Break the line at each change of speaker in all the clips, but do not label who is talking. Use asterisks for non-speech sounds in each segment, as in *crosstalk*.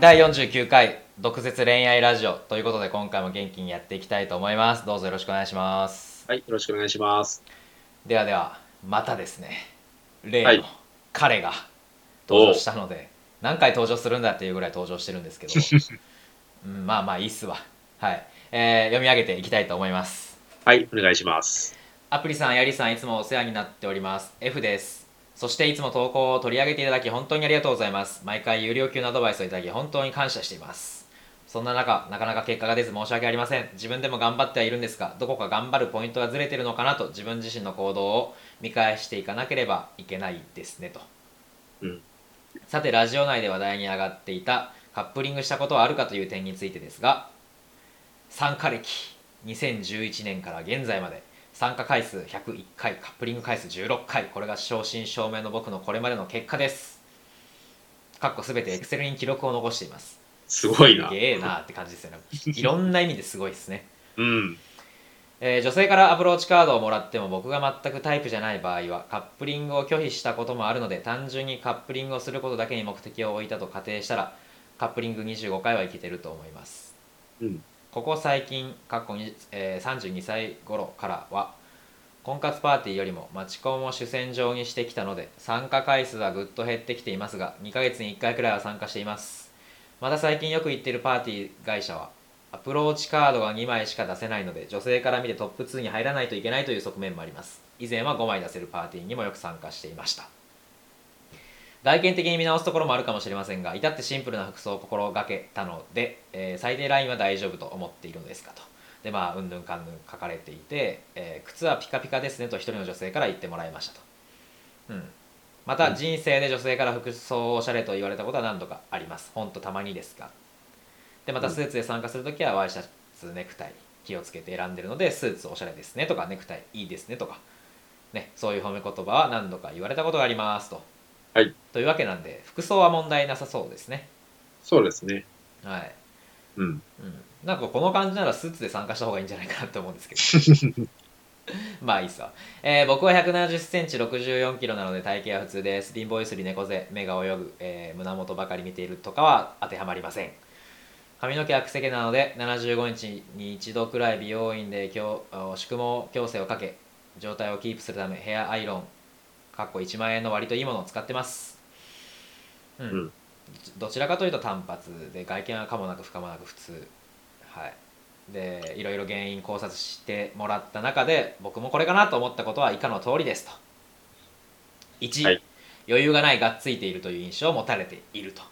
第49回毒舌恋愛ラジオということで今回も元気にやっていきたいと思いますどうぞよろしくお願いします
はい、よろしくお願いします。
ではではまたですね例
は
の
い
彼が登場したので、何回登場するんだっていうぐらい登場してるんですけ
*laughs*
ど、うん、まあまあいいっすわはい、えー読み上げていきたいと思います
はい、お願いします。
アプリさん、やりさん、いつもお世話になっております。F です。そしていつも投稿を取り上げていただき本当にありがとうございます。毎回有料級のアドバイスをいただき本当に感謝しています。そんな中、なかなか結果が出ず申し訳ありません。自分でも頑張ってはいるんですが、どこか頑張るポイントがずれてるのかなと自分自身の行動を見返していかなければいけないですねと。
うん。
さてラジオ内で話題に上がっていたカップリングしたことはあるかという点についてですが参加歴2011年から現在まで参加回数101回カップリング回数16回これが正真正銘の僕のこれまでの結果ですかっこ全てエクセルに記録を残しています
すごいな。
すげえなって感じですよねいろんな意味ですごいですね
うん。
えー女性からアプローチカードをもらっても僕が全くタイプじゃない場合はカップリングを拒否したこともあるので単純にカップリングをすることだけに目的を置いたと仮定したらカップリング25回は生きてると思います
うん。
ここ最近過去に、えー32歳頃からは婚活パーティーよりもマチコンを主戦場にしてきたので参加回数はぐっと減ってきていますが2ヶ月に1回くらいは参加していますまた最近よく行ってるパーティー会社はアプローチカードが2枚しか出せないので女性から見てトップ2に入らないといけないという側面もあります以前は5枚出せるパーティーにもよく参加していました外見的に見直すところもあるかもしれませんが至ってシンプルな服装を心がけたので、えー最低ラインは大丈夫と思っているのですかとでまあうんぬんかんぬん書かれていて、えー靴はピカピカですねと一人の女性から言ってもらいましたと、うん、また人生で女性から服装おしゃれと言われたことは何度かありますほんとたまにですがでまたスーツで参加するときはワイシャツネクタイ気をつけて選んでるのでスーツおしゃれですねとかネクタイいいですねとか、ね、そういう褒め言葉は何度か言われたことがありますと
はい。
というわけなんで服装は問題なさそうですね
そうですね。
はい、
うん。
うん、なんかこの感じならスーツで参加した方がいいんじゃないかなと思うんですけどまあいいっすわ、えー僕は1 7 0センチ6 4キロなので体型は普通です貧乏ゆすり猫背目が泳ぐ、えー胸元ばかり見ているとかは当てはまりません髪の毛はくせ毛なので75日に一度くらい美容院で強あ宿毛矯正をかけ状態をキープするためヘアアイロンかっこ1万円の割といいものを使ってますうん、
うん
どちらかというと単発で外見は可もなく不可もなく普通はいでいろいろ原因考察してもらった中で僕もこれかなと思ったことは以下の通りですと1、
はい
余裕がないがっついているという印象を持たれていると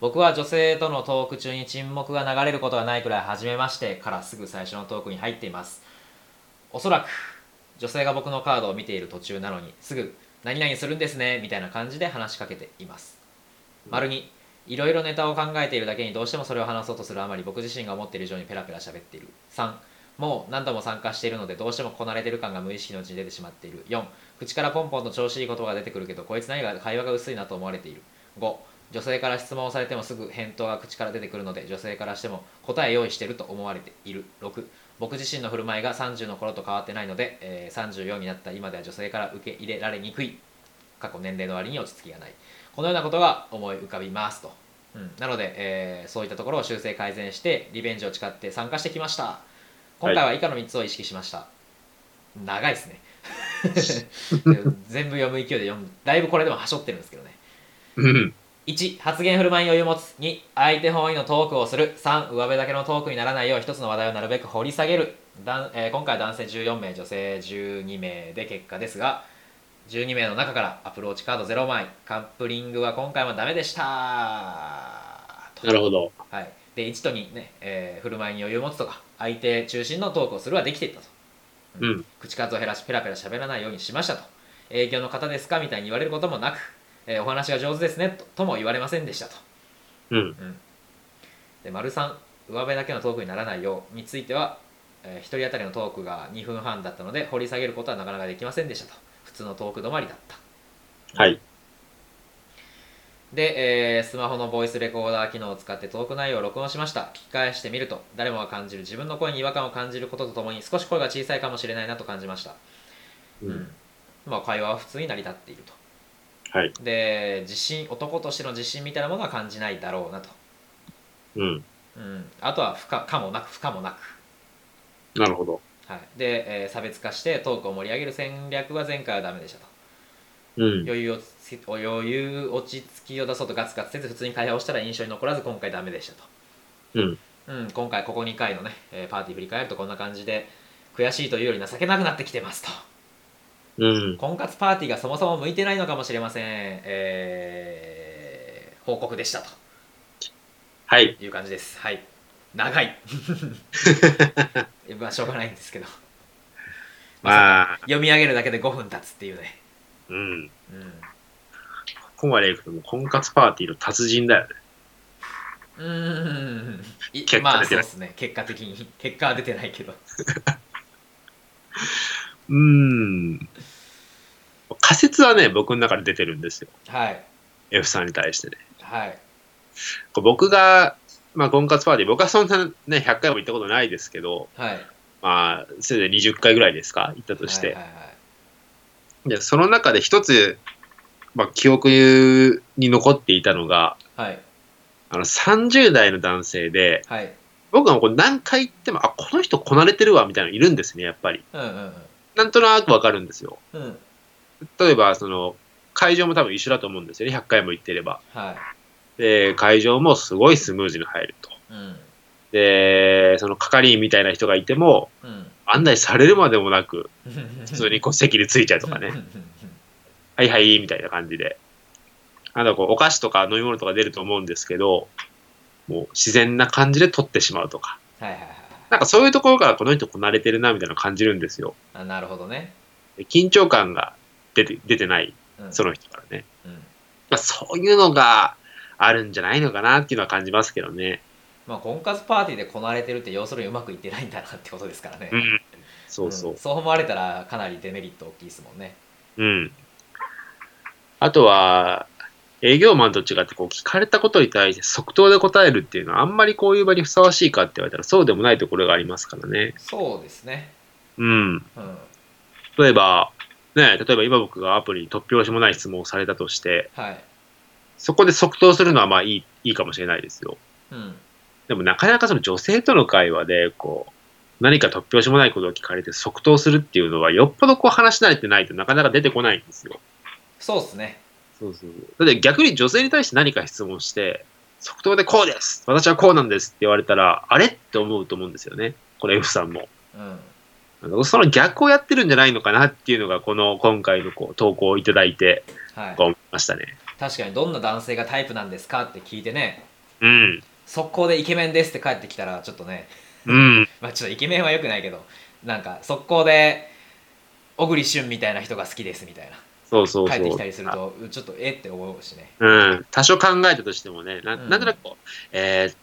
僕は女性とのトーク中に沈黙が流れることはないくらい初めましてからすぐ最初のトークに入っていますおそらく女性が僕のカードを見ている途中なのにすぐ「何々するんですね」みたいな感じで話しかけています丸にいろいろネタを考えているだけにどうしてもそれを話そうとするあまり僕自身が思っている以上にペラペラ喋っている3もう何度も参加しているのでどうしてもこなれてる感が無意識のうちに出てしまっている4口からポンポンと調子いい言葉が出てくるけどこいつ何が会話が薄いなと思われている5女性から質問をされてもすぐ返答が口から出てくるので女性からしても答え用意してると思われている6僕自身の振る舞いが30の頃と変わってないので、えー34になった今では女性から受け入れられにくい過去年齢の割に落ち着きがないこのようなことが思い浮かびますと、うん、なので、えーそういったところを修正改善してリベンジを誓って参加してきました今回は以下の3つを意識しました、長いですね *laughs* 全部読む勢いで読むだいぶこれでもはしょってるんですけどね
うん。
1発言振る舞いに余裕を持つ2相手本位のトークをする3上辺だけのトークにならないよう一つの話題をなるべく掘り下げるだん、えー今回男性14名女性12名で結果ですが12名の中からアプローチカード0枚カップリングは今回もダメでしたと
なるほど。
はい、で1と2ね、えー振る舞いに余裕を持つとか相手中心のトークをするはできていたと、
うん。
口数を減らしペラペラ喋らないようにしましたと営業の方ですかみたいに言われることもなく、えーお話が上手ですねととも言われませんでしたと
うん。
で丸3上辺だけのトークにならないようについては、え1人当たりのトークが2分半だったので掘り下げることはなかなかできませんでしたと普通のトーク止まりだった
はい。
で、えースマホのボイスレコーダー機能を使ってトーク内容を録音しました聞き返してみると誰もが感じる自分の声に違和感を感じることとともに少し声が小さいかもしれないなと感じました、
うん。
まあ、会話は普通に成り立っていると
はい。
で自信男としての自信みたいなものは感じないだろうなと
うん。
うん、あとは不可可もなく不可もなく
なるほど。
はい、で、えー差別化してトークを盛り上げる戦略は前回はダメでしたと
うん。
余裕をつ余裕落ち着きを出そうとガツガツせず普通に会話をしたら印象に残らず今回ダメでした
うん。
と、うん、今回ここ2回のね、えーパーティー振り返るとこんな感じで悔しいというより情けなくなってきてますと
うん。
婚活パーティーがそもそも向いてないのかもしれませんえー報告でしたと
はい。
いう感じですはい長
*laughs*
い *laughs* まあしょうがないんですけど
まあ、
読み上げるだけで5分経つっていうね
うん。
うん
ここまで行くともう婚活パーティーの達人だよね。
うーんい
結果
まあ
出て
そう
な
で
い
すね結果的に結果は出てないけど
うーん。仮説はね、僕の中で出てるんですよ。
はい
F さんに対してね。
はい
こう僕が、まあ、婚活パーティー、僕はそんなね、100回も行ったことないですけど、
はい
まあ、せいぜい20回ぐらいですか、行ったとして。
はいはい
で、その中で一つ、まあ、記憶に残っていたのが、
はいはい
あの、30代の男性で、
はい
僕はこう何回行っても、あ、この人こなれてるわ、みたいなのいるんですね、やっぱり。
うんうん
なんとなくわかるんですよ。
うんうん
例えば、その、会場も多分一緒だと思うんですよね、100回も行ってれば。
はい
で、会場もすごいスムーズに入ると。
うん
で、その係員みたいな人がいても、
うん
案内されるまでもなく、
普
普通にこう席に着いちゃうとかね、はいはい、みたいな感じで。あとこう、お菓子とか飲み物とか出ると思うんですけど、もう自然な感じで取ってしまうとか。
*laughs* はいはいはい
なんかそういうところからこの人こなれてるな、みたいなのを感じるんですよ。
あなるほどね
で緊張感が出て、出てない、
うん
その人からね。
うん
まあそういうのがあるんじゃないのかなっていうのは感じますけどね。
まあ婚活パーティーでこなれてるって要するにうまくいってないんだなってことですからね
うん。そうそう
うん。そう思われたらかなりデメリット大きいですもんね
うん。あとは、営業マンと違って、こう、聞かれたことに対して即答で答えるっていうのは、あんまりこういう場にふさわしいかって言われたら、そうでもないところがありますからね。
そうですね
うん。
うん
例えば、ね、例えば今僕がアプリに突拍子もない質問をされたとして、
はい
そこで即答するのはまあいい、いいかもしれないですよ。
うん
でもなかなかその女性との会話で、こう、何か突拍子もないことを聞かれて即答するっていうのは、よっぽどこう話し慣れてないとなかなか出てこないんですよ。
そうですね
そうそう。だって逆に女性に対して何か質問して、即答でこうです私はこうなんですって言われたら、あれって思うと思うんですよね。この F さんも。
うん
あのその逆をやってるんじゃないのかなっていうのが、この今回のこう投稿をいただいて、
はい
こう思いましたね。
確かにどんな男性がタイプなんですかって聞いてね
うん。
速攻でイケメンですって帰ってきたらちょっとね
うん。
まあちょっとイケメンは良くないけどなんか速攻で小栗旬みたいな人が好きですみたいな
そうそうそう。
帰ってきたりするとうちょっとえって思うしね
うん、多少考えたとしてもね、な
うん
なんとなくこう、えーっ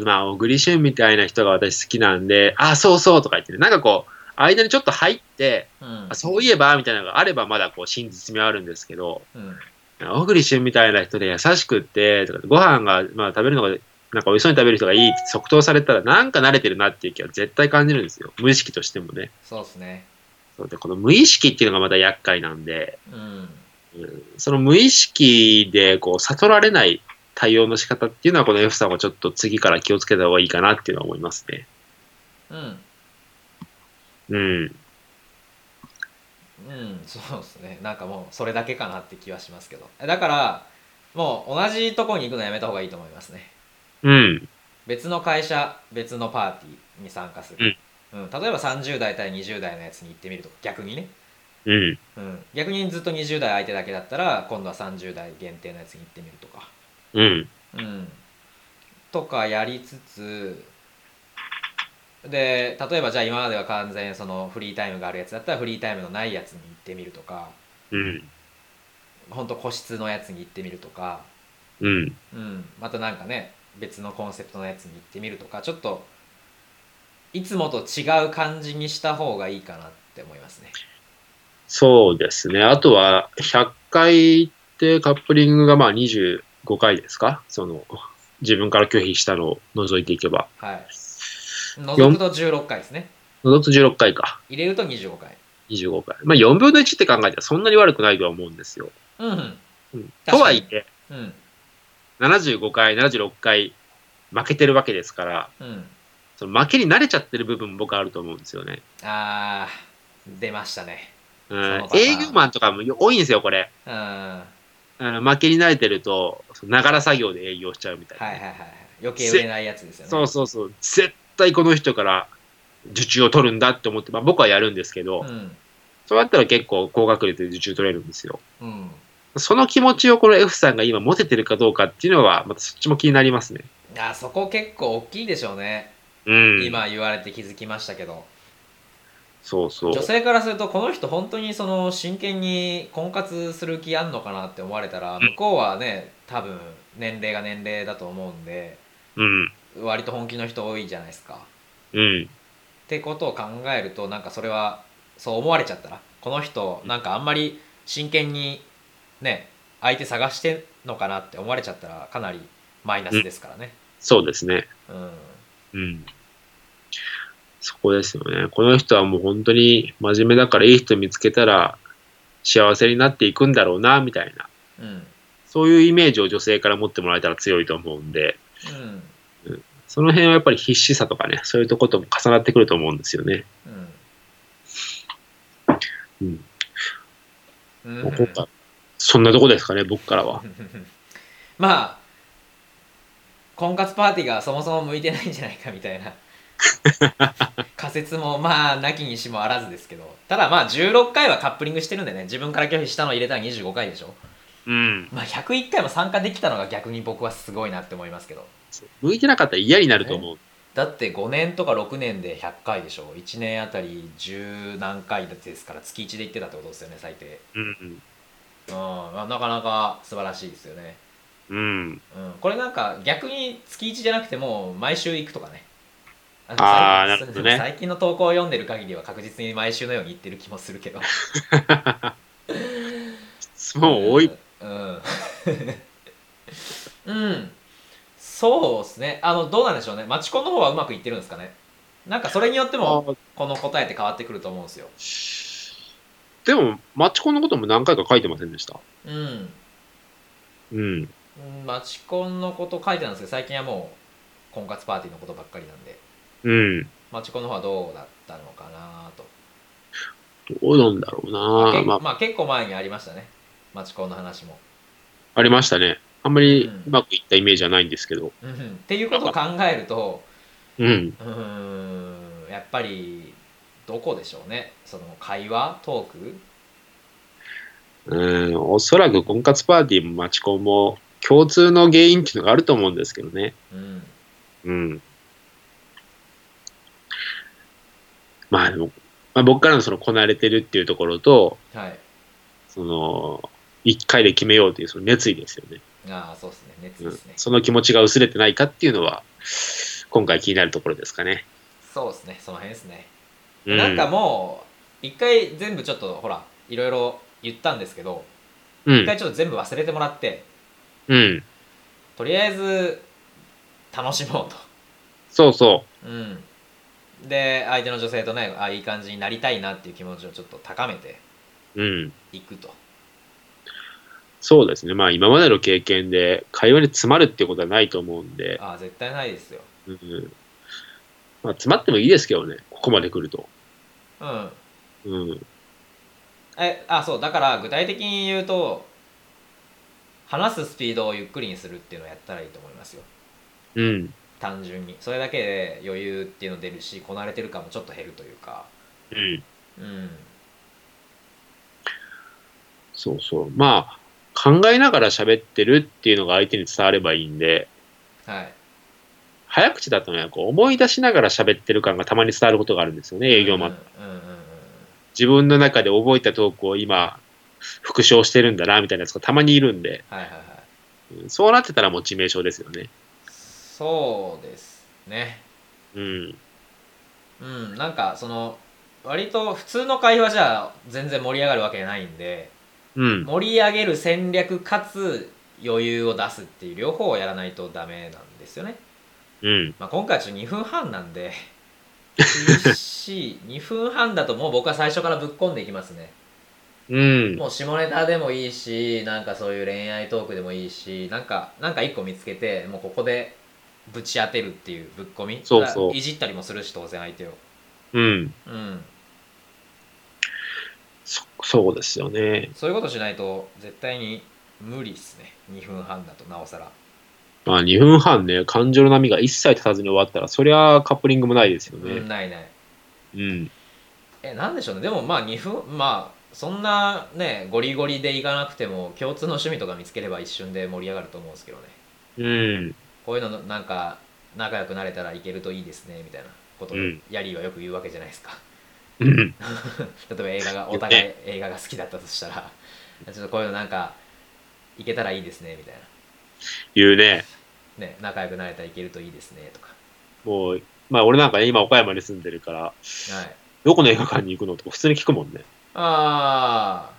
と、まあ、小栗旬みたいな人が私好きなんで、あ、そうそうとか言ってね、なんかこう、間にちょっと入って、
うん
あそういえばみたいなのがあれば、まだこう、真実味はあるんですけど、
うん
小栗旬みたいな人で優しくって、とかご飯が、まあ、食べるのが、なんかおいしそうに食べる人がいいって即答されたら、なんか慣れてるなっていう気は絶対感じるんですよ。無意識としてもね。
そうですね
そうで、この無意識っていうのがまた厄介なんで、
うん
その無意識でこう悟られない対応の仕方っていうのは、この F さんはちょっと次から気をつけた方がいいかなっていうのは思いますね。
うん
うん。
うんそうですねなんかもうそれだけかなって気はしますけどだからもう同じとこに行くのやめた方がいいと思いますね
うん。
別の会社別のパーティーに参加する、うん例えば30代対20代のやつに行ってみるとか逆にね、
うん。
うん、逆にずっと20代相手だけだったら今度は30代限定のやつに行ってみるとか、
うん。
うん、とかやりつつで例えばじゃあ今までは完全にそのフリータイムがあるやつだったらフリータイムのないやつに行ってみるとか
うん。
ほんと個室のやつに行ってみるとか
うん。
うん、またなんかね別のコンセプトのやつに行ってみるとかちょっといつもと違う感じにした方がいいかなって思いますね
そうですね。あとは、100回ってカップリングがまあ25回ですかその、自分から拒否したのを除いていけば。
はい除くと16回ですね
除くと16回か。
入れると25回
25回。まあ4分の1って考えたらそんなに悪くないとは思うんですよ。
うんうん
うん、
確
と
か
は
に
いえ、
うん
75回、76回、負けてるわけですから、
うん
その負けに慣れちゃってる部分も僕あると思うんですよね。
あー出ましたね
うん
そのパターン
営業マンとかも多いんですよ、これ。
うんはい
あの負けに慣れてると、そのながら作業で営業しちゃうみたいな。
はいはいはい余計売れないやつですよね
そうそうそう。絶対この人から受注を取るんだって思って、まあ僕はやるんですけど、
うん
そうやったら結構高学歴で受注取れるんですよ。
うん
その気持ちをこの F さんが今持ててるかどうかっていうのは、またそっちも気になりますね。
あそこ結構大きいでしょうね、
うん。。
今言われて気づきましたけど
そうそう。
女性からするとこの人本当にその真剣に婚活する気あんのかなって思われたら
うん
向こうはね多分年齢が年齢だと思うんで
うん。
割と本気の人多いじゃないですか
うん。
ってことを考えるとなんかそれはそう思われちゃったらこの人なんかあんまり真剣にね相手探してんのかなって思われちゃったらかなりマイナスですからね
そうですね。
うん
うん。そこですよね。この人はもう本当に真面目だからいい人見つけたら幸せになっていくんだろうな、みたいな。
うん
そういうイメージを女性から持ってもらえたら強いと思うんで、
うん
その辺はやっぱり必死さとかね、そういうとことも重なってくると思うんですよね。うん。
うん
もう今回、そんなとこですかね、僕からは。
*laughs* まあ婚活パーティーがそもそも向いてないんじゃないかみたいな仮説もまあなきにしもあらずですけどただまあ16回はカップリングしてるんでね自分から拒否したの入れたら25回でしょ
うん。
まあ101回も参加できたのが逆に僕はすごいなって思いますけど
向いてなかったら嫌になると思う。
だって5年とか6年で100回でしょ1年あたり十何回ですから月1で行ってたってことですよね最低
うん。
うんまあなかなか素晴らしいですよね
うん。
うん、これなんか逆に月1じゃなくてもう毎週行くとかねあの
あ
最
ーなるほどね
最近の投稿を読んでる限りは確実に毎週のように行ってる気もするけど
質問多い。
うん、うん、そうですねあのどうなんでしょうねマチコンの方はうまくいってるんですかねなんかそれによっても
あ
この答えって変わってくると思うんですよ
でも、マチコンのことも何回か書いてませんでした。
うん
うん。
うんマチコンのこと書いてたんですけど最近はもう婚活パーティーのことばっかりなんで
うん。
マチコンの方はどうだったのかなと
どうなんだろうな
け
ま
まあ結構前にありましたねマチコンの話も、
あ、ありましたね。あんまり
うん
うまくいったイメージはないんですけど。
うんうんっていうことを考える
*laughs*
と
うん。
うーんやっぱりどこでしょうねその会話トーク
うん。おそらく婚活パーティーもマチコンも共通の原因っていうのがあると思うんですけどね。
うん
うん。まあでも、まあ、僕からのそのこなれてるっていうところと、
はい
その、一回で決めようというその熱意ですよね。
ああそうですね熱意
う
で
ん
すね、
その気持ちが薄れてないかっていうのは、今回気になるところですかね。
そうですねその辺ですね、
う
なんか、もう一回全部ちょっとほらいろいろ言ったんですけど
う
一
ん
回。ちょっと全部忘れてもらって
うん。
とりあえず楽しもうと
そうそ
うんで相手の女性とねあいい感じになりたいなっていう気持ちをちょっと高めて
う。うん。
いくと
そうですね。まあ今までの経験で会話に詰まるっていうことはないと思うんで、
ああ絶対ないですよ
うん。まあ詰まってもいいですけどね、ここまで来ると。
うん
うん。
えあそうだから具体的に言うと話すスピードをゆっくりにするっていうのをやったらいいと思いますよ
うん。
単純にそれだけで余裕っていうの出るしこなれてる感もちょっと減るというか
うん。
うん
そうそう。まあ、考えながら喋ってるっていうのが相手に伝わればいいんで、
はい
早口だとね、こう思い出しながら喋ってる感がたまに伝わることがあるんですよね、営業マン。
うんうんうんうん
自分の中で覚えたトークを今、復唱してるんだな、みたいなやつがたまにいるんで、
はいはいはい
うんそうなってたらもう致命傷ですよね。
そうですね
うん。
うんなんかその割と普通の会話じゃ全然盛り上がるわけないんで
うん。
盛り上げる戦略かつ余裕を出すっていう両方をやらないとダメなんですよね
うん。
まあ、今回はちょっと2分半なんで厳しい2分 *laughs* 半だともう僕は最初からぶっ込んでいきますね
うん。
もう下ネタでもいいしなんかそういう恋愛トークでもいいしなんかなんか1個見つけてもうここでぶち当てるっていうぶっ込み
そうそう
だからいじったりもするし当然相手を
うん。
うん
そ、そうですよね。
そういうことしないと絶対に無理っすね2分半だとなおさら
まあ、2分半ね、感情の波が一切立たずに終わったら、そりゃカップリングもないですよ
うん
ね。
ないない
うん。
えなんでしょうねでもまあ2分まあそんなねゴリゴリでいかなくても共通の趣味とか見つければ一瞬で盛り上がると思うんですけどね
うん。
こういうののなんか仲良くなれたらいけるといいですねみたいなことを
うん
ヤリーはよく言うわけじゃないですか *laughs*
うん。
例えば映画がお互い映画が好きだったとしたら *laughs* ちょっとこういうのなんかいけたらいいですねみたい
言うね。
なね仲良くなれたらいけるといいですねとか
もう、まあ、俺なんかね、今岡山に住んでるから、
はい
どこの映画館に行くのとか普通に聞くもんね。
あ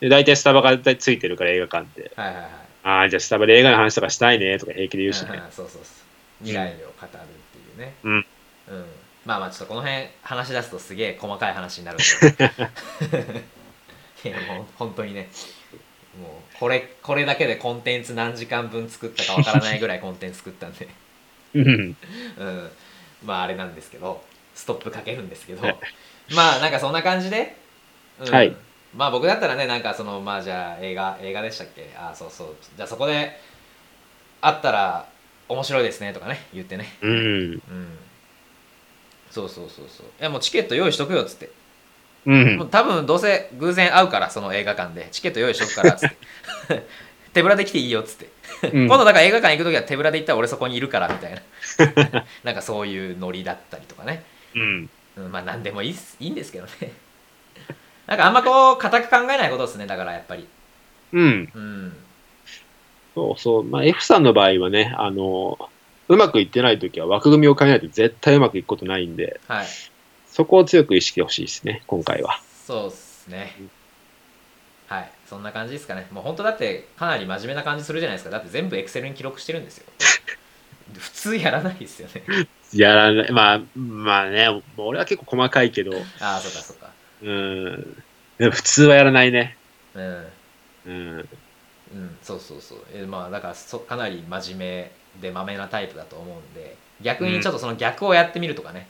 で、大体スタバが大体ついてるから映画館って。
あはいはいはい
ああ、じゃあスタバで映画の話とかしたいねとか平気で言うし
うん
ね。
うんそうそうそう未来を語るっていうね
うん
んまあまあちょっとこの辺話し出すとすげえ細かい話になるんで
*laughs*
いやもう本当にねもうこれこれだけでコンテンツ何時間分作ったかわからないぐらいコンテンツ作ったんで、
うん。
うん、まああれなんですけどストップかけるんですけどまあなんかそんな感じで、うん
はい
まあ僕だったらねなんかそのまあじゃあ映画映画でしたっけああそうそうじゃあそこで会ったら面白いですねとかね言ってね
うん。
うんそうそうそうそういやもうチケット用意しとくよっつって、
うん
もう。多分どうせ偶然会うからその映画館でチケット用意しとくからっつって
*laughs*
手ぶらで来ていいよっつって、
うん
今度だから映画館行く時は手ぶらで行ったら俺そこにいるからみたいな
*laughs*
なんかそういうノリだったりとかね
うん。
うん、まあ何でもいいっすいいんですけどね *laughs* なんかあんまこう固く考えないことですねだからやっぱり
うん。
うん
そうそう。まあ、F さんの場合はね、あの、うまくいってないときは枠組みを変えないと絶対うまくいくことないんで、
はい
そこを強く意識してほしいですね、今回は。
そうっすねはいそんな感じですかねもう本当だってかなり真面目な感じするじゃないですかだって全部エクセルに記録してるんですよ *laughs* 普通やらないですよね
やらない、まあ、まあね、俺は結構細かいけど、
ああそうかそうか
うん、でも普通はやらないね。
うん
うん。
うんそうそうそうえまあだからそかなり真面目でまめなタイプだと思うんで逆にちょっとその逆をやってみるとかね、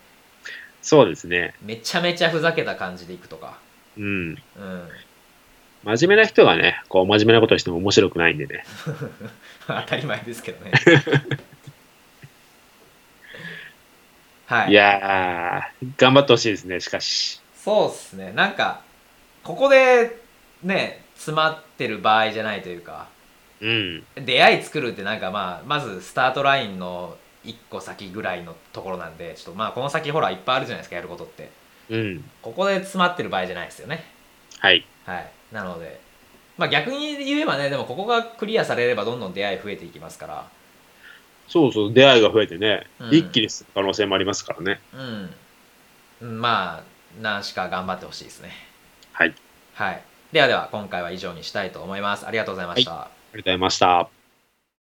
そうですね。
めちゃめちゃふざけた感じでいくとか
うん。
うん *laughs*
真面目な人がね、こう、真面目なことをしても面白くないんでね。
当たり前ですけど *laughs* ねはい
いやー、頑張ってほしいですね、しかし。
そうっすねなんかここでね詰まってる場合じゃないというか
うん。
出会い作るってなんかまあまずスタートラインの1個先ぐらいのところなんでちょっとまあこの先ほらいっぱいあるじゃないですかやることって
うん。
ここで詰まってる場合じゃないですよね
はい。
はいなのでまあ逆に言えばねでもここがクリアされればどんどん出会い増えていきますから
そうそう、出会いが増えてね、
うん
一気にする可能性もありますからね。
うんうんまあ何しか頑張ってほしいですね
はい。ありがと
はいではでは今回は以上にしたいと思いますありがとうございました、
うございました。